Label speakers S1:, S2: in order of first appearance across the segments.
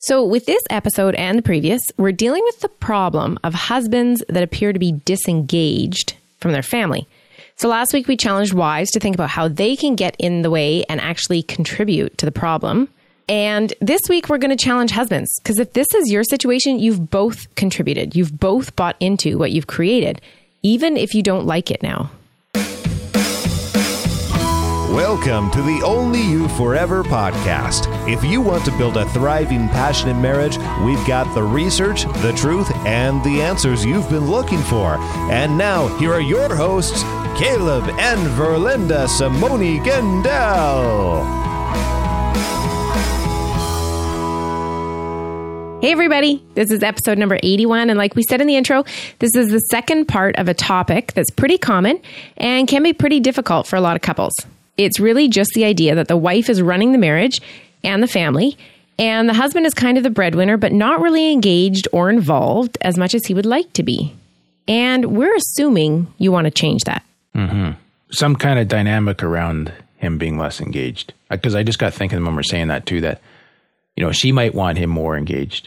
S1: So, with this episode and the previous, we're dealing with the problem of husbands that appear to be disengaged from their family. So, last week we challenged wives to think about how they can get in the way and actually contribute to the problem. And this week we're going to challenge husbands because if this is your situation, you've both contributed, you've both bought into what you've created, even if you don't like it now.
S2: Welcome to the Only You Forever podcast. If you want to build a thriving, passionate marriage, we've got the research, the truth, and the answers you've been looking for. And now, here are your hosts, Caleb and Verlinda Simone Gendel.
S1: Hey, everybody. This is episode number 81. And like we said in the intro, this is the second part of a topic that's pretty common and can be pretty difficult for a lot of couples. It's really just the idea that the wife is running the marriage and the family, and the husband is kind of the breadwinner, but not really engaged or involved as much as he would like to be. And we're assuming you want to change that.
S3: some kind of dynamic around him being less engaged. Because I just got thinking when we're saying that too, that you know she might want him more engaged,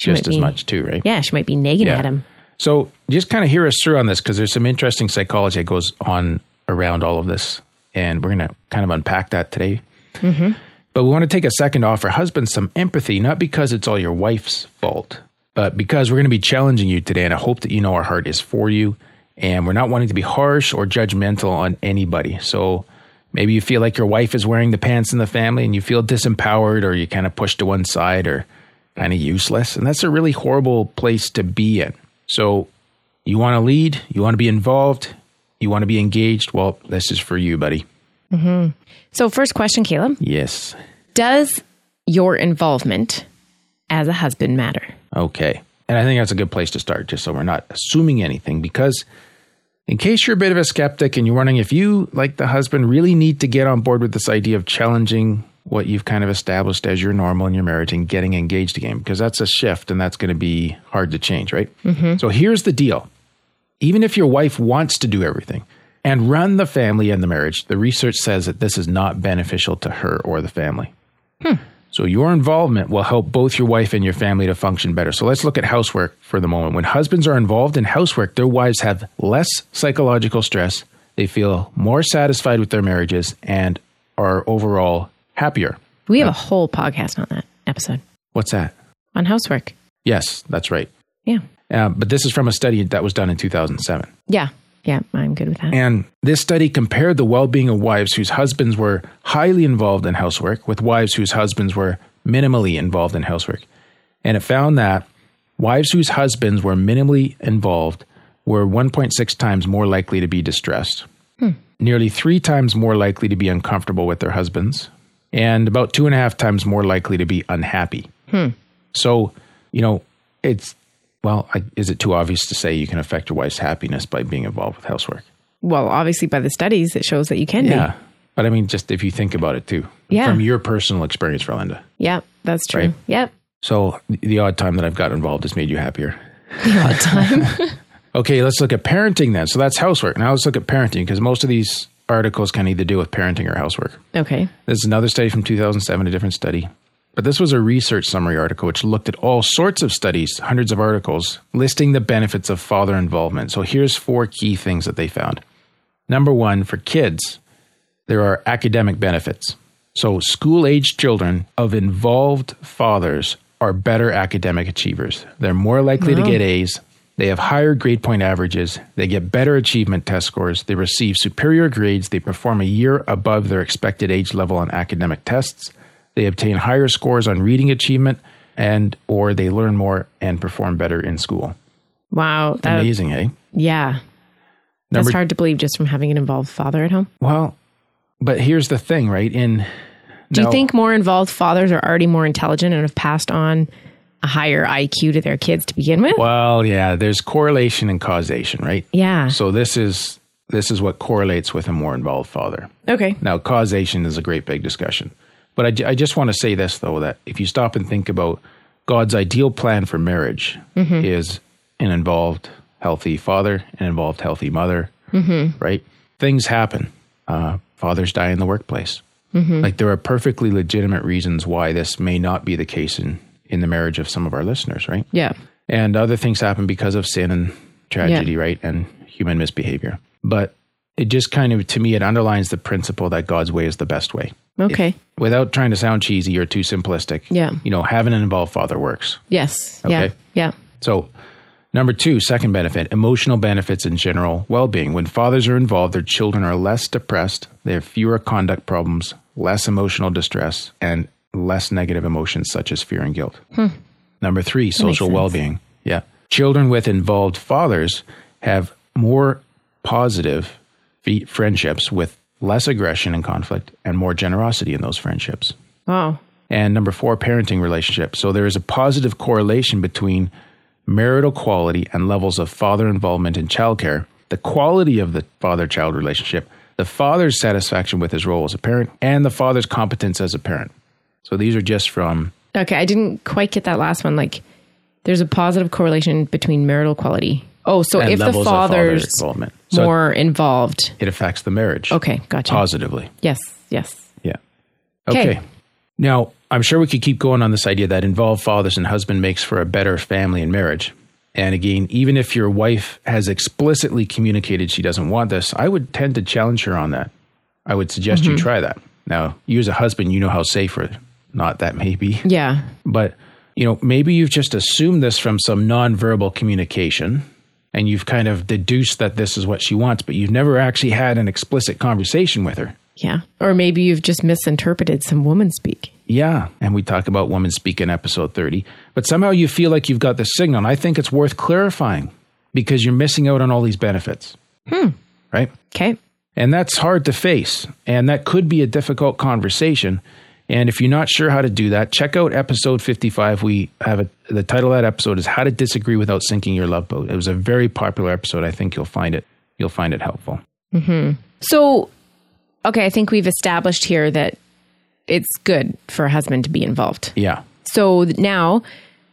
S1: might
S3: just as
S1: be.
S3: much too, right?
S1: Yeah, she might be nagging
S3: Yeah.
S1: at him.
S3: So just kind of hear us through on this because there's some interesting psychology that goes on around all of this, and we're gonna kind of unpack that today. But we want to take a second to offer husbands some empathy, not because it's all your wife's fault, but because we're going to be challenging you today. And I hope that you know our heart is for you. And we're not wanting to be harsh or judgmental on anybody. So maybe you feel like your wife is wearing the pants in the family and you feel disempowered or you kind of pushed to one side or kind of useless. And that's a really horrible place to be in. So you want to lead, you want to be involved, you want to be engaged. Well, this is for you, buddy.
S1: So, first question, Caleb
S3: Yes.
S1: Does your involvement as a husband matter?
S3: Okay. And I think that's a good place to start, just so we're not assuming anything. Because in case you're a bit of a skeptic and you're wondering if you, like the husband, really need to get on board with this idea of challenging what you've kind of established as your normal in your marriage and getting engaged again, because that's a shift and that's going to be hard to change, right? So here's the deal even if your wife wants to do everything and run the family and the marriage, the research says that this is not beneficial to her or the family. So your involvement will help both your wife and your family to function better. So let's look at housework for the moment. When husbands are involved in housework, their wives have less psychological stress, they feel more satisfied with their marriages, and are overall happier.
S1: We have a whole podcast on that episode
S3: What's that?
S1: on housework.
S3: Yes, that's right.
S1: Yeah.
S3: Uh, but this is from a study that was done in 2007.
S1: Yeah. Yeah. I'm good with that.
S3: And this study compared the well being of wives whose husbands were highly involved in housework with wives whose husbands were minimally involved in housework. And it found that wives whose husbands were minimally involved were 1.6 times more likely to be distressed, nearly three times more likely to be uncomfortable with their husbands, and about two and a half times more likely to be unhappy. So, you know, it's, well, I, is it too obvious to say you can affect your wife's happiness by being involved with housework?
S1: well, obviously, by the studies, it shows that you can
S3: Yeah. But I mean, just if you think about it too,
S1: Yeah.
S3: from your personal experience, Rolinda.
S1: be. Yeah. That's true.
S3: Right.
S1: Yep.
S3: So the- the odd time that I've got involved has made you happier. The odd time. okay, let's look at parenting then. So that's housework. Now let's look at parenting because most of these articles kind of either deal with parenting or housework.
S1: Okay.
S3: This is another study from 2007, a different study. But this was a research summary article which looked at all sorts of studies, hundreds of articles, listing the benefits of father involvement. So here's four key things that they found. Number one, for kids, there are academic benefits. So school aged children of involved fathers are better academic achievers. They're more likely to get A's. They have higher grade point averages. They get better achievement test scores. They receive superior grades. They perform a year above their expected age level on academic tests. They obtain higher scores on reading achievement and or they learn more and perform better in school.
S1: Wow. That,
S3: Amazing, eh? hey?
S1: Yeah. That's hard to believe just from having an involved father at home.
S3: Well, but here's the thing, right? In
S1: Do you think more involved fathers are already more intelligent and have passed on a higher IQ to their kids to begin with?
S3: Well, yeah, there's correlation and causation, right?
S1: Yeah.
S3: So this is this is what correlates with a more involved father.
S1: Okay.
S3: Now, causation is a great big discussion. But I, ju- I just want to say this though that if you stop and think about God's ideal plan for marriage is an involved, healthy father, an involved, healthy mother, right? Things happen. Uh, fathers die in the workplace. Like there are perfectly legitimate reasons why this may not be the case in in the marriage of some of our listeners, right?
S1: Yeah.
S3: and other things happen because of sin and tragedy, right? And human misbehavior. But it just kind of, to me, it underlines the principle that God's way is the best way.
S1: Okay.
S3: Without trying to sound cheesy or too simplistic,
S1: Yeah.
S3: you know, having an involved father works.
S1: yes.
S3: Okay.
S1: Yeah. Yeah.
S3: So, number two, second benefit emotional benefits in general well being. When fathers are involved, their children are less depressed, they have fewer conduct problems, less emotional distress, and less negative emotions such as fear and guilt. Number three, social
S1: sense.
S3: well being. Yeah. Children with involved fathers have more positive fe- friendships with less aggression and conflict and more generosity in those friendships.
S1: Wow.
S3: And number four, parenting relationships. So there is a positive correlation between marital quality and levels of father involvement in childcare, the quality of the father child relationship, the father's satisfaction with his role as a parent, and the father's competence as a parent. So these are just from,
S1: Okay. I didn't quite get that last one. Like, there's a positive correlation between marital quality. Oh, so
S3: and
S1: if the
S3: levels of father
S1: father's
S3: involvement. So
S1: more involved.
S3: it affects the marriage
S1: Okay. Gotcha.
S3: positively.
S1: Yes. Yes.
S3: Yeah.
S1: 'Kay.
S3: Okay. Now, I'm sure we could keep going on this idea that involved fathers and husband makes for a better family and marriage. And again, even if your wife has explicitly communicated she doesn't want this, I would tend to challenge her on that. I would suggest you try that. Now, you as a husband, you know how safe or not that may be.
S1: Yeah.
S3: But, you know, maybe you've just assumed this from some nonverbal communication and you've kind of deduced that this is what she wants, but you've never actually had an explicit conversation with her.
S1: Yeah. Or maybe you've just misinterpreted some woman speak.
S3: Yeah. And we talk about women speak in episode 30. But somehow you feel like you've got the signal. And I think it's worth clarifying because you're missing out on all these benefits. Hmm. Right?
S1: Okay.
S3: And that's hard to face. And that could be a difficult conversation. And if you're not sure how to do that, check out episode 55. We have a, the title of that episode is How to Disagree Without Sinking Your Love Boat. It was a very popular episode. I think you'll find it. You'll find it helpful.
S1: So, okay. I think we've established here that it's good for a husband to be involved.
S3: Yeah.
S1: So now,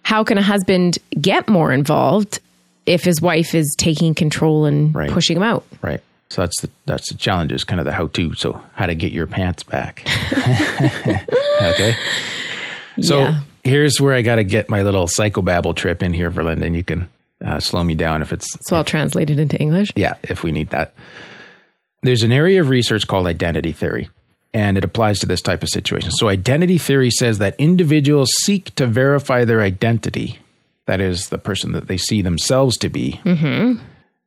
S1: how can a husband get more involved if his wife is taking control and
S3: Right.
S1: pushing him out?
S3: Right. So that's the that's the challenge is kind of the how to. So how to get your pants back. okay. So
S1: Yeah.
S3: here's where I got to get my little psychobabble trip in here for Linda, and you can uh, slow me down if it's
S1: So I'll translate it into English.
S3: yeah, if we need that. There's an area of research called identity theory, and it applies to this type of situation. So, identity theory says that individuals seek to verify their identity, that is, the person that they see themselves to be,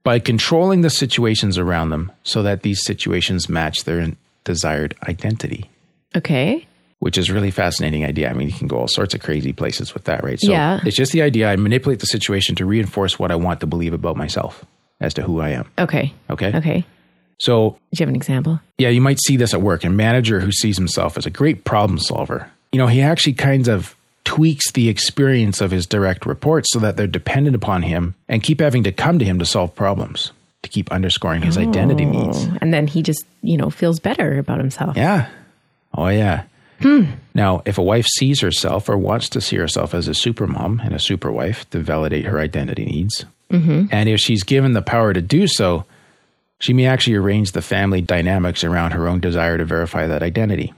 S3: by controlling the situations around them so that these situations match their desired identity,
S1: Okay.
S3: which is really fascinating idea. I mean, you can go all sorts of crazy places with that, right? So,
S1: Yeah.
S3: it's just the idea I manipulate the situation to reinforce what I want to believe about myself as to who I am.
S1: Okay.
S3: Okay.
S1: Okay.
S3: So,
S1: Do you have an example?
S3: yeah, you might see this at work. A manager who sees himself as a great problem solver, you know, he actually kind of tweaks the experience of his direct reports so that they're dependent upon him and keep having to come to him to solve problems, to keep underscoring his
S1: Oh.
S3: identity needs.
S1: And then he just, you know, feels better about himself.
S3: Yeah. Oh, yeah. Now, if a wife sees herself or wants to see herself as a supermom and a superwife to validate her identity needs, and if she's given the power to do so, she may actually arrange the family dynamics around her own desire to verify that identity.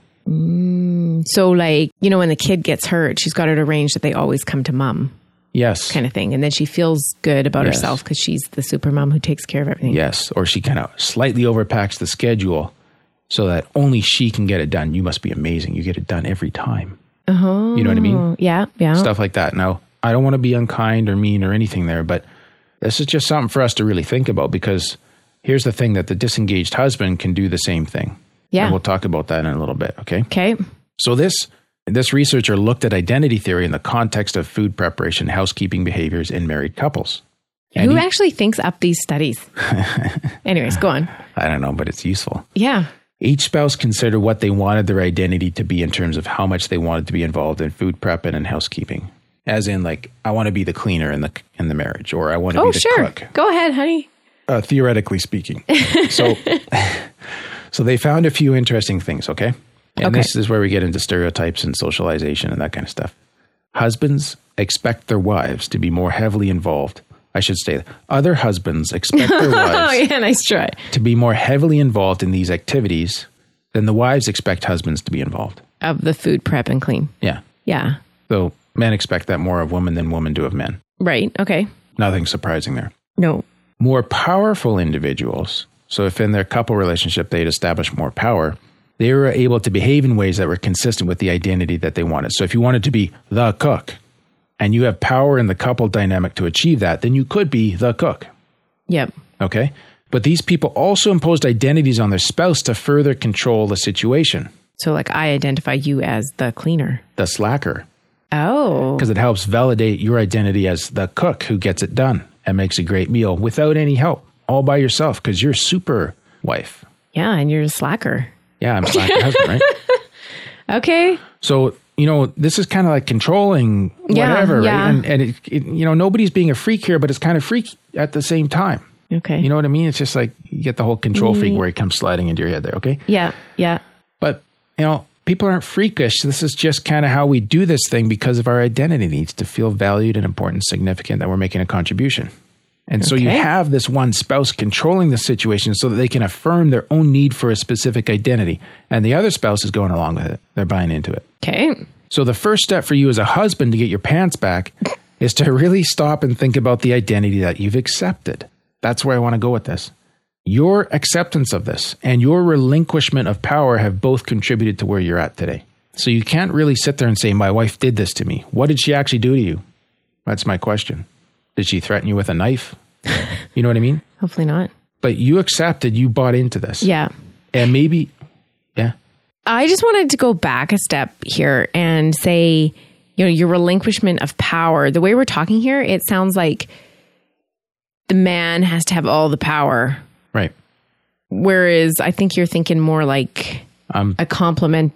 S1: So, like, you know, when the kid gets hurt, she's got it arranged that they always come to mom
S3: Yes.
S1: kind of thing. And then she feels good about
S3: Yes.
S1: herself because she's the super mom who takes care of everything.
S3: yes. Or she kind of slightly overpacks the schedule so that only she can get it done. You must be amazing. You get it done every time. You know what I mean?
S1: Oh, yeah. Yeah.
S3: Stuff like that. Now, I don't want to be unkind or mean or anything there, but this is just something for us to really think about because here's the thing that the disengaged husband can do the same thing.
S1: Yeah.
S3: And we'll talk about that in a little bit. Okay.
S1: Okay.
S3: So this this researcher looked at identity theory in the context of food preparation, housekeeping behaviors in married couples. And
S1: Who
S3: he-
S1: actually thinks up these studies? Anyways, go on.
S3: I don't know, but it's useful.
S1: Yeah.
S3: Each spouse considered what they wanted their identity to be in terms of how much they wanted to be involved in food prepping and housekeeping. As in, like, I want to be the cleaner in the in the marriage, or I want to
S1: Oh,
S3: be the
S1: sure.
S3: cook.
S1: Go ahead, honey.
S3: Uh, theoretically speaking, so so they found a few interesting things. Okay, and
S1: Okay.
S3: this is where we get into stereotypes and socialization and that kind of stuff. Husbands expect their wives to be more heavily involved. I should say, other husbands expect their wives
S1: Oh, yeah. Nice try.
S3: to be more heavily involved in these activities then the wives expect husbands to be involved.
S1: of the food prep and clean.
S3: Yeah.
S1: Yeah.
S3: So men expect that more of women than women do of men.
S1: Right. Okay.
S3: Nothing surprising there.
S1: No.
S3: More powerful individuals, so if in their couple relationship they'd established more power, they were able to behave in ways that were consistent with the identity that they wanted. So if you wanted to be the cook and you have power in the couple dynamic to achieve that, then you could be the cook.
S1: Yep.
S3: Okay. But these people also imposed identities on their spouse to further control the situation.
S1: So like I identify you as the cleaner.
S3: The slacker,
S1: Oh.
S3: because it helps validate your identity as the cook who gets it done and makes a great meal without any help, all by yourself, because you're super wife.
S1: Yeah, and you're a slacker.
S3: Yeah, I'm slacker husband, right?
S1: Okay.
S3: So, you know, this is kind of like controlling
S1: Yeah,
S3: whatever,
S1: yeah.
S3: right? And, and it, it, you know, nobody's being a freak here, but it's kind of freaky at the same time.
S1: Okay.
S3: You know what I mean? It's just like you get the whole control
S1: Mm-hmm.
S3: freak where it comes sliding into your head there, okay?
S1: Yeah. Yeah.
S3: But you know, people aren't freakish. This is just kind of how we do this thing because of our identity needs to feel valued and important, significant that we're making a contribution. And so you
S1: Okay.
S3: have this one spouse controlling the situation so that they can affirm their own need for a specific identity. And the other spouse is going along with it. They're buying into it.
S1: Okay.
S3: So the first step for you as a husband to get your pants back is to really stop and think about the identity that you've accepted. That's where I want to go with this. Your acceptance of this and your relinquishment of power have both contributed to where you're at today. So you can't really sit there and say, My wife did this to me. What did she actually do to you? That's my question. Did she threaten you with a knife? you know what I mean?
S1: Hopefully not.
S3: But you accepted, you bought into this.
S1: Yeah.
S3: And maybe, yeah.
S1: I just wanted to go back a step here and say, you know, your relinquishment of power. The way we're talking here, it sounds like the man has to have all the power.
S3: Right.
S1: Whereas I think you're thinking more like
S3: Um,
S1: a compliment.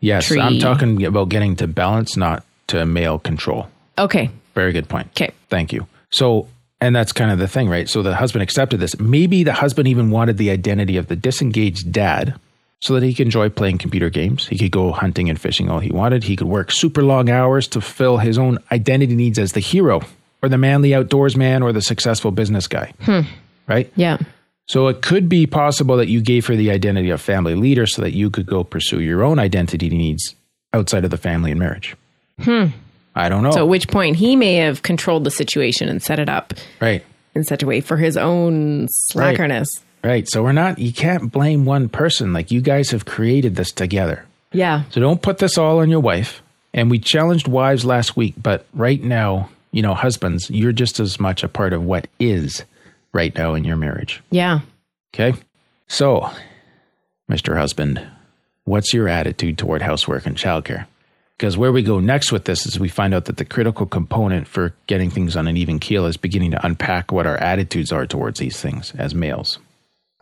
S3: Yes,
S1: tree.
S3: I'm talking about getting to balance, not to male control.
S1: Okay.
S3: Very good point.
S1: Okay.
S3: Thank you. So, and that's kind of the thing, right? So the husband accepted this. Maybe the husband even wanted the identity of the disengaged dad so that he could enjoy playing computer games. He could go hunting and fishing all he wanted. He could work super long hours to fill his own identity needs as the hero or the manly outdoors man or the successful business guy.
S1: Hmm.
S3: Right?
S1: Yeah.
S3: So it could be possible that you gave her the identity of family leader so that you could go pursue your own identity needs outside of the family and marriage. Hmm. I don't know.
S1: So at which point he may have controlled the situation and set it up
S3: right.
S1: in such a way for his own slackerness.
S3: Right. So we're not, you can't blame one person. Like you guys have created this together.
S1: Yeah.
S3: So don't put this all on your wife. And we challenged wives last week, but right now, you know, husbands, you're just as much a part of what is right now in your marriage.
S1: Yeah.
S3: Okay. So, Mr. Husband, what's your attitude toward housework and childcare? Because where we go next with this is we find out that the critical component for getting things on an even keel is beginning to unpack what our attitudes are towards these things as males.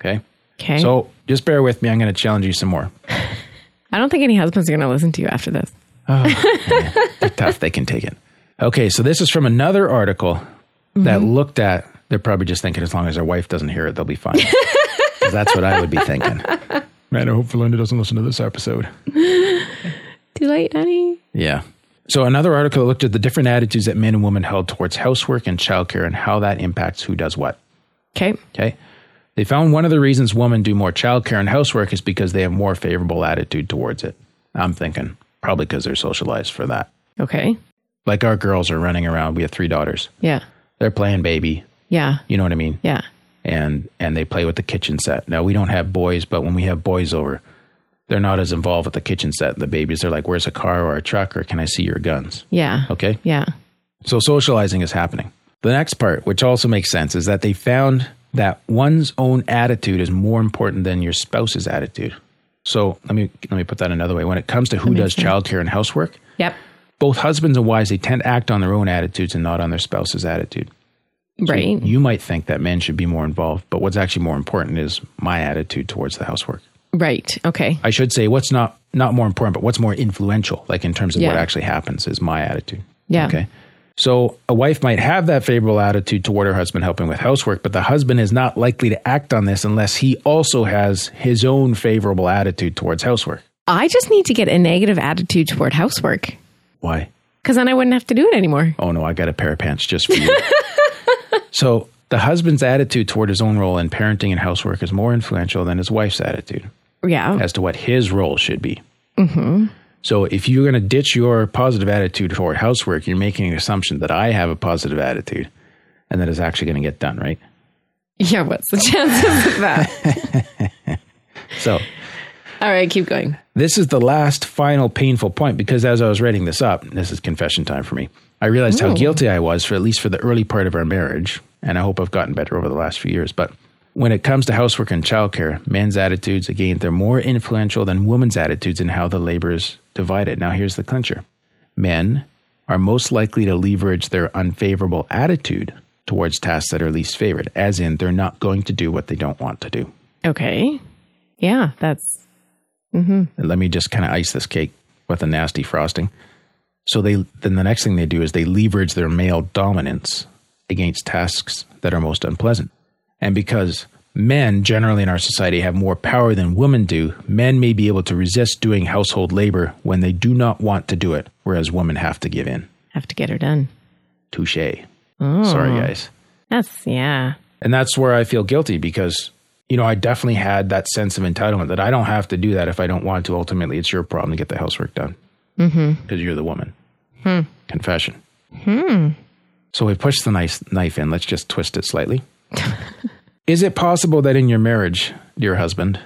S3: Okay.
S1: Okay.
S3: So just bear with me. I'm going to challenge you some more.
S1: I don't think any husband's going to listen to you after this.
S3: They're tough. They can take it. Okay. So this is from another article that looked at, they're probably just thinking as long as their wife doesn't hear it, they'll be fine. 'Cause that's what I would be thinking. Man, I hope Linda doesn't listen to this episode.
S1: Too late, honey.
S3: Yeah. So another article looked at the different attitudes that men and women held towards housework and childcare and how that impacts who does what.
S1: Okay.
S3: Okay. They found one of the reasons women do more childcare and housework is because they have more favorable attitude towards it. I'm thinking probably because they're socialized for that.
S1: Okay.
S3: Like our girls are running around. We have three daughters.
S1: Yeah.
S3: They're playing baby.
S1: Yeah.
S3: You know what I mean?
S1: Yeah.
S3: and and they play with the kitchen set. Now we don't have boys, but when we have boys over, they're not as involved with the kitchen set and the babies. They're like, "Where's a car or a truck or can I see your guns?"
S1: Yeah.
S3: Okay,
S1: Yeah.
S3: so socializing is happening. The next part, which also makes sense, is that they found that one's own attitude is more important than your spouse's attitude. So let me let me put that another way. When it comes to who does childcare and housework,
S1: Yep.
S3: both husbands and wives they tend to act on their own attitudes and not on their spouse's attitude.
S1: Right.
S3: You might think that men should be more involved, but what's actually more important is my attitude towards the housework.
S1: Right. Okay.
S3: I should say what's not not more important, but what's more influential, like in terms of what
S1: Yeah.
S3: actually happens, is my attitude.
S1: Yeah.
S3: Okay. So a wife might have that favorable attitude toward her husband helping with housework, but the husband is not likely to act on this unless he also has his own favorable attitude towards housework.
S1: I just need to get a negative attitude toward housework
S3: Why?
S1: because then I wouldn't have to do it anymore.
S3: oh no, I got a pair of pants just for you. so the husband's attitude toward his own role in parenting and housework is more influential than his wife's attitude.
S1: Yeah.
S3: as to what his role should be. Mm-hmm. So if you're going to ditch your positive attitude toward housework, you're making an assumption that I have a positive attitude and that it's actually going to get done, right?
S1: Yeah. What's the chances of that?
S3: So
S1: All right. Keep going.
S3: this is the last final painful point because as I was writing this up, this is confession time for me. I realized how guilty I was for at least for the early part of our marriage, and I hope I've gotten better over the last few years, but when it comes to housework and childcare, men's attitudes again they're more influential than women's attitudes in how the labor is divided. Now here's the clincher. Men are most likely to leverage their unfavorable attitude towards tasks that are least favored, as in they're not going to do what they don't want to do.
S1: Okay. Yeah. That's
S3: And let me just kind of ice this cake with a nasty frosting. So they then the next thing they do is they leverage their male dominance against tasks that are most unpleasant. And because men generally in our society have more power than women do, men may be able to resist doing household labor when they do not want to do it, whereas women have to give in.
S1: have to get her done.
S3: Touche. Sorry guys.
S1: That's yeah.
S3: And that's where I feel guilty because, you know, I definitely had that sense of entitlement that I don't have to do that if I don't want to. Ultimately, it's your problem to get the housework done because mm-hmm. you're the woman. Confession. Hmm. So we push the nice knife in. Let's just twist it slightly. Is it possible that in your marriage, dear husband,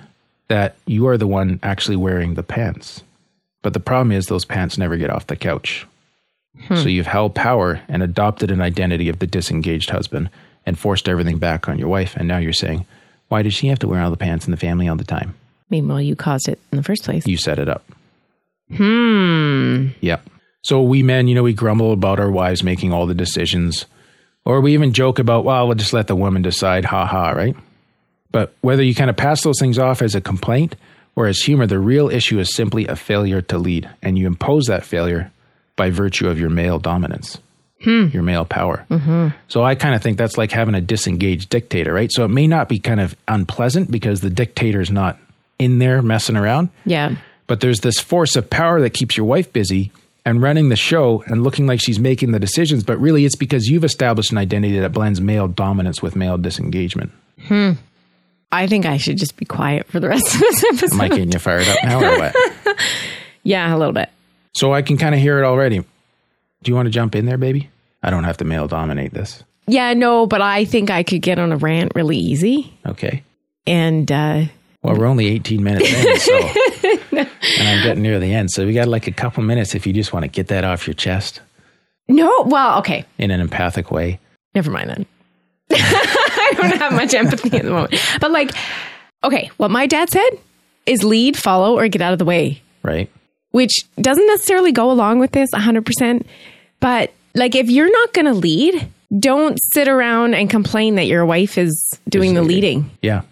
S3: that you are the one actually wearing the pants? But the problem is those pants never get off the couch. So you've held power and adopted an identity of the disengaged husband and forced everything back on your wife. And now you're saying, why does she have to wear all the pants in the family all the time?
S1: Meanwhile, you caused it in the first place.
S3: You set it up. Hmm. Yep. So we men, you know, we grumble about our wives making all the decisions, or we even joke about, well, we'll just let the woman decide, ha ha, right? But whether you kind of pass those things off as a complaint or as humor, the real issue is simply a failure to lead. And you impose that failure by virtue of your male dominance, your male power. So I kind of think that's like having a disengaged dictator, right? So it may not be kind of unpleasant because the dictator's not in there messing around,
S1: Yeah.
S3: but there's this force of power that keeps your wife busy and running the show and looking like she's making the decisions. But really, it's because you've established an identity that blends male dominance with male disengagement.
S1: I think I should just be quiet for the rest of this episode.
S3: Am I getting you fired up now or what?
S1: yeah, a little bit.
S3: So I can kind of hear it already. Do you want to jump in there, baby? I don't have to male dominate this.
S1: Yeah, no, but I think I could get on a rant really easy.
S3: Okay.
S1: And uh,
S3: Well, we're only 18 minutes in, so. and I'm getting near the end. So we got like a couple minutes if you just want to get that off your chest
S1: no, well, okay,
S3: in an empathic way.
S1: never mind then. I don't have much empathy at the moment. But like, okay, what my dad said is lead, follow, or get out of the way,
S3: Right.
S1: which doesn't necessarily go along with this 100%. But like, if you're not going to lead, don't sit around and complain that your wife is doing the leading.
S3: Yeah.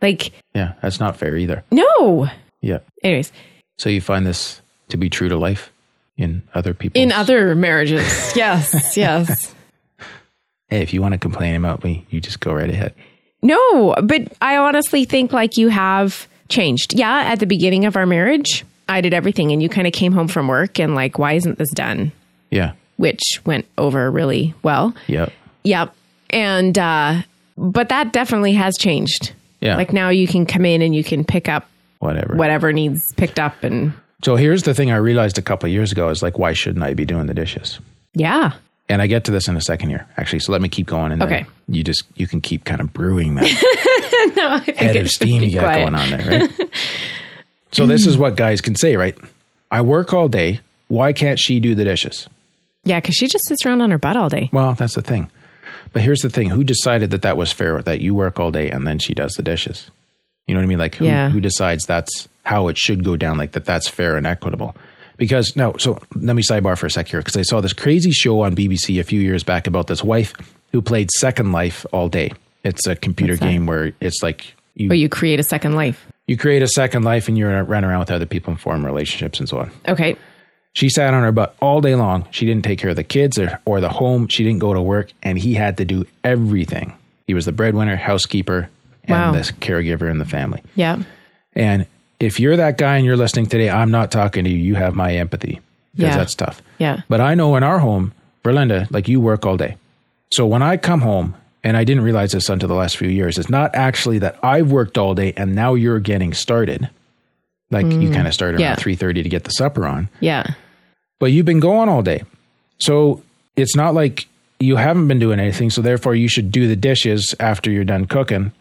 S1: Like,
S3: Yeah. That's not fair either.
S1: no.
S3: Yeah.
S1: Anyways,
S3: So you find this to be true to life in other people.
S1: in other marriages, yes, yes.
S3: Hey, if you want to complain about me, you just go right ahead.
S1: No, but I honestly think like you have changed. Yeah, at the beginning of our marriage, I did everything and you kind of came home from work and like, why isn't this done?
S3: Yeah.
S1: Which went over really well.
S3: Yep.
S1: Yep. And, uh, but that definitely has changed.
S3: Yeah.
S1: Like now you can come in and you can pick up
S3: Whatever.
S1: whatever needs picked up and
S3: So here's the thing I realized a couple of years ago is like, why shouldn't I be doing the dishes?
S1: yeah.
S3: And I get to this in a second here, actually. So let me keep going. And then
S1: Okay.
S3: you just, you can keep kind of brewing that head of steam you got
S1: quiet.
S3: going on there, right? so this is what guys can say, right? I work all day. Why can't she do the dishes?
S1: Yeah. Cause she just sits around on her butt all day.
S3: Well, that's the thing. But here's the thing: who decided that that was fair? That you work all day and then she does the dishes. You know what I mean? Like who
S1: Yeah.
S3: who decides that's how it should go down? Like that that's fair and equitable. Because no, so let me sidebar for a sec here because I saw this crazy show on BBC a few years back about this wife who played Second Life all day. It's a computer game where it's like you
S1: But you create a second life.
S3: you create a second life and you run around with other people and form relationships and so on.
S1: Okay.
S3: She sat on her butt all day long. She didn't take care of the kids or, or the home. She didn't go to work, and he had to do everything. He was the breadwinner, housekeeper, and
S1: Wow.
S3: the caregiver in the family.
S1: Yeah.
S3: And if you're that guy and you're listening today, I'm not talking to you. You have my empathy because
S1: Yeah.
S3: that's tough.
S1: Yeah.
S3: But I know in our home, Berlinda, like you work all day. So when I come home, and I didn't realize this until the last few years, it's not actually that I've worked all day and now you're getting started. Like you kind of start around
S1: Mm. Yeah.
S3: 3:30 to get the supper on,
S1: Yeah.
S3: but you've been going all day. So it's not like you haven't been doing anything, so therefore you should do the dishes after you're done cooking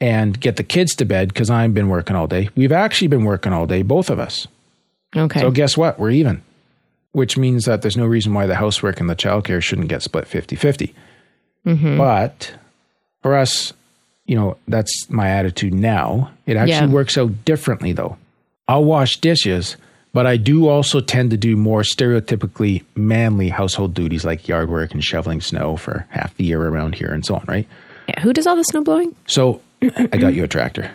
S3: and get the kids to bed cuz I've been working all day. We've actually been working all day, both of us.
S1: Okay.
S3: So guess what? We're even. Which means that there's no reason why the housework and the childcare shouldn't get split 50-50.
S1: Mm-hmm.
S3: But for us, you know, that's my attitude now. It actually
S1: Yeah.
S3: works out differently though. I'll wash dishes, but I do also tend to do more stereotypically manly household duties like yard work and shoveling snow for half the year around here and so on, right?
S1: yeah. Who does all the snow blowing?
S3: So I got you a tractor.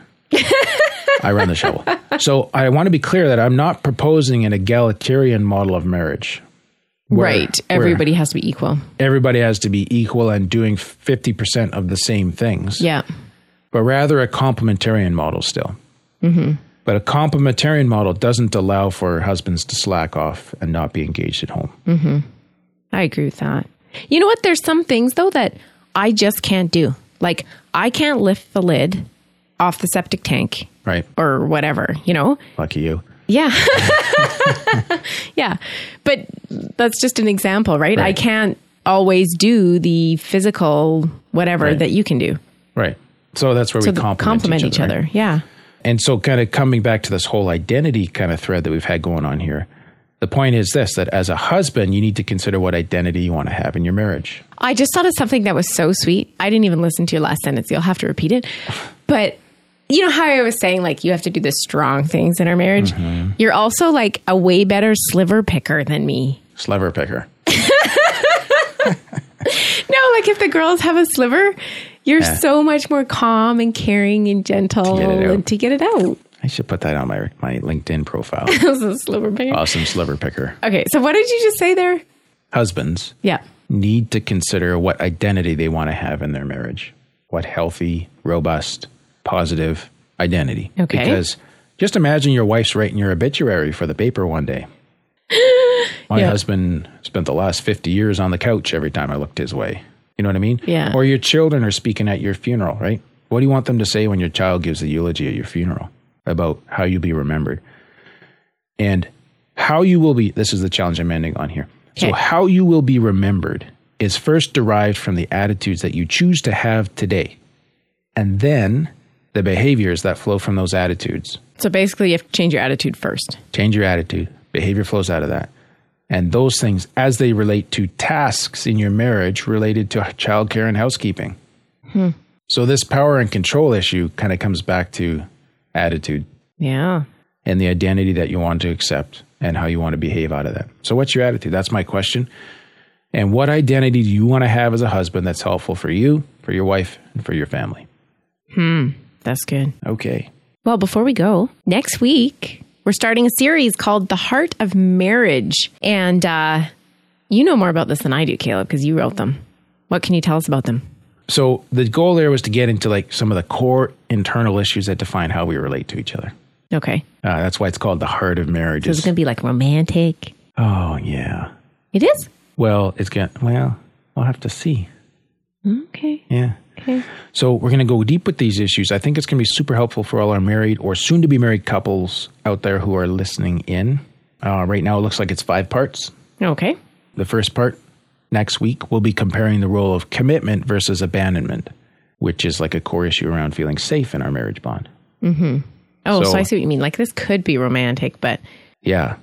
S3: I run the shovel. So I want to be clear that I'm not proposing an egalitarian model of marriage. where-
S1: right.
S3: where
S1: Everybody has to be equal.
S3: everybody has to be equal and doing 50% of the same things,
S1: Yeah.
S3: but rather a complementarian model still.
S1: Mm-hmm.
S3: But a complementarian model doesn't allow for husbands to slack off and not be engaged at home.
S1: Mm. I agree with that. You know what? There's some things though that I just can't do. Like I can't lift the lid off the septic tank
S3: Right?
S1: or whatever, you know?
S3: Lucky you.
S1: Yeah. yeah. But that's just an example, right? I
S3: Right.
S1: can't always do the physical whatever
S3: Right.
S1: that you can do.
S3: Right. So that's where
S1: So
S3: we
S1: th-
S3: complement,
S1: complement each
S3: right?
S1: other. Yeah.
S3: And so, kind of coming back to this whole identity kind of thread that we've had going on here, the point is this that as a husband, you need to consider what identity you want to have in your marriage.
S1: I just thought of something that was so sweet. I didn't even listen to your last sentence. You'll have to repeat it. But you know how I was saying, like, you have to do the strong things in our marriage?
S3: Mm-hmm.
S1: You're also like a way better sliver picker than me.
S3: Sliver picker.
S1: No, like if the girls have a sliver, you're so much more calm and caring and gentle
S3: To get it out.
S1: and to get it out.
S3: I should put that on my, my LinkedIn profile.
S1: This is sliver picker.
S3: awesome sliver picker.
S1: Okay, so what did you just say there?
S3: Husbands
S1: Yeah.
S3: need to consider what identity they want to have in their marriage. What healthy, robust, positive identity.
S1: Okay.
S3: Because just imagine your wife's writing your obituary for the paper one day. My
S1: Yeah.
S3: husband spent the last 50 years on the couch every time I looked his way. You know what I mean?
S1: Yeah.
S3: Or your children are speaking at your funeral, right? What do you want them to say when your child gives the eulogy at your funeral about how you be remembered? And how you will be, this is the challenge I'm ending on here. So,
S1: Okay.
S3: how you will be remembered is first derived from the attitudes that you choose to have today, and then the behaviors that flow from those attitudes.
S1: So basically, you have to change your attitude first.
S3: Change your attitude, behavior flows out of that. And those things, as they relate to tasks in your marriage related to childcare and housekeeping. So, this power and control issue kind of comes back to attitude
S1: Yeah.
S3: and the identity that you want to accept and how you want to behave out of that. So, what's your attitude? That's my question. And what identity do you want to have as a husband that's helpful for you, for your wife, and for your family?
S1: That's good.
S3: Okay.
S1: Well, before we go, next week we're starting a series called The Heart of Marriage. And uh, you know more about this than I do, Caleb, because you wrote them. What can you tell us about them?
S3: So, the goal there was to get into like some of the core internal issues that define how we relate to each other.
S1: Okay.
S3: Uh, that's why it's called the heart of marriage.
S1: This is going to be like romantic.
S3: oh, yeah.
S1: It is?
S3: Well, it's going to, well, we'll have to see.
S1: Okay.
S3: Yeah.
S1: Okay.
S3: So we're going to go deep with these issues. I think it's going to be super helpful for all our married or soon to be married couples out there who are listening in. Uh, right now, it looks like it's five parts.
S1: Okay.
S3: The first part next week, we'll be comparing the role of commitment versus abandonment, which is like a core issue around feeling safe in our marriage bond.
S1: Oh, so,
S3: So-
S1: I see what you mean. Like this could be romantic, but
S3: Yeah.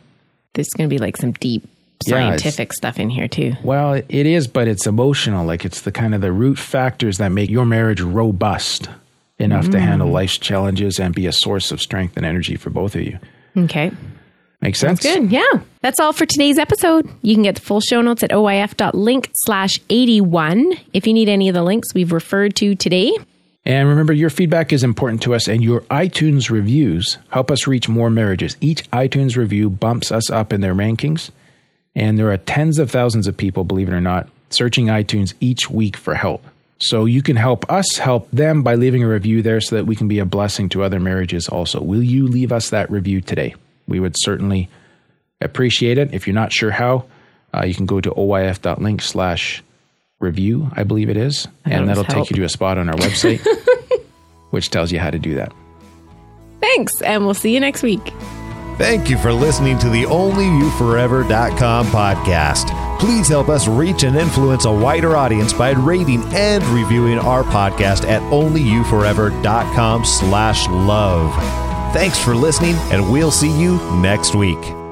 S1: there's going to be like some deep
S3: Yeah, it's-
S1: scientific stuff in here too.
S3: Well, it is, but it's emotional. Like it's the kind of the root factors that make your marriage robust enough to handle life's challenges and be a source of strength and energy for both of you.
S1: Okay.
S3: Makes sense?
S1: Good. Yeah. That's all for today's episode. You can get the full show notes at oif.link slash 81. If you need any of the links we've referred to today,
S3: And remember, your feedback is important to us, and your iTunes reviews help us reach more marriages. Each iTunes review bumps us up in their rankings, and there are tens of thousands of people, believe it or not, searching iTunes each week for help. So you can help us help them by leaving a review there so that we can be a blessing to other marriages also. Will you leave us that review today? We would certainly appreciate it. If you're not sure how, uh, you can go to oyf.link slash review, I believe it is, and
S1: it was
S3: that'll
S1: help.
S3: take you to a spot on our website, which tells you how to do that.
S1: thanks. And we'll see you next week.
S2: Thank you for listening to the OnlyYouForever.com podcast. Please help us reach and influence a wider audience by rating and reviewing our podcast at OnlyYouForever.com slash love. Thanks for listening, and we'll see you next week.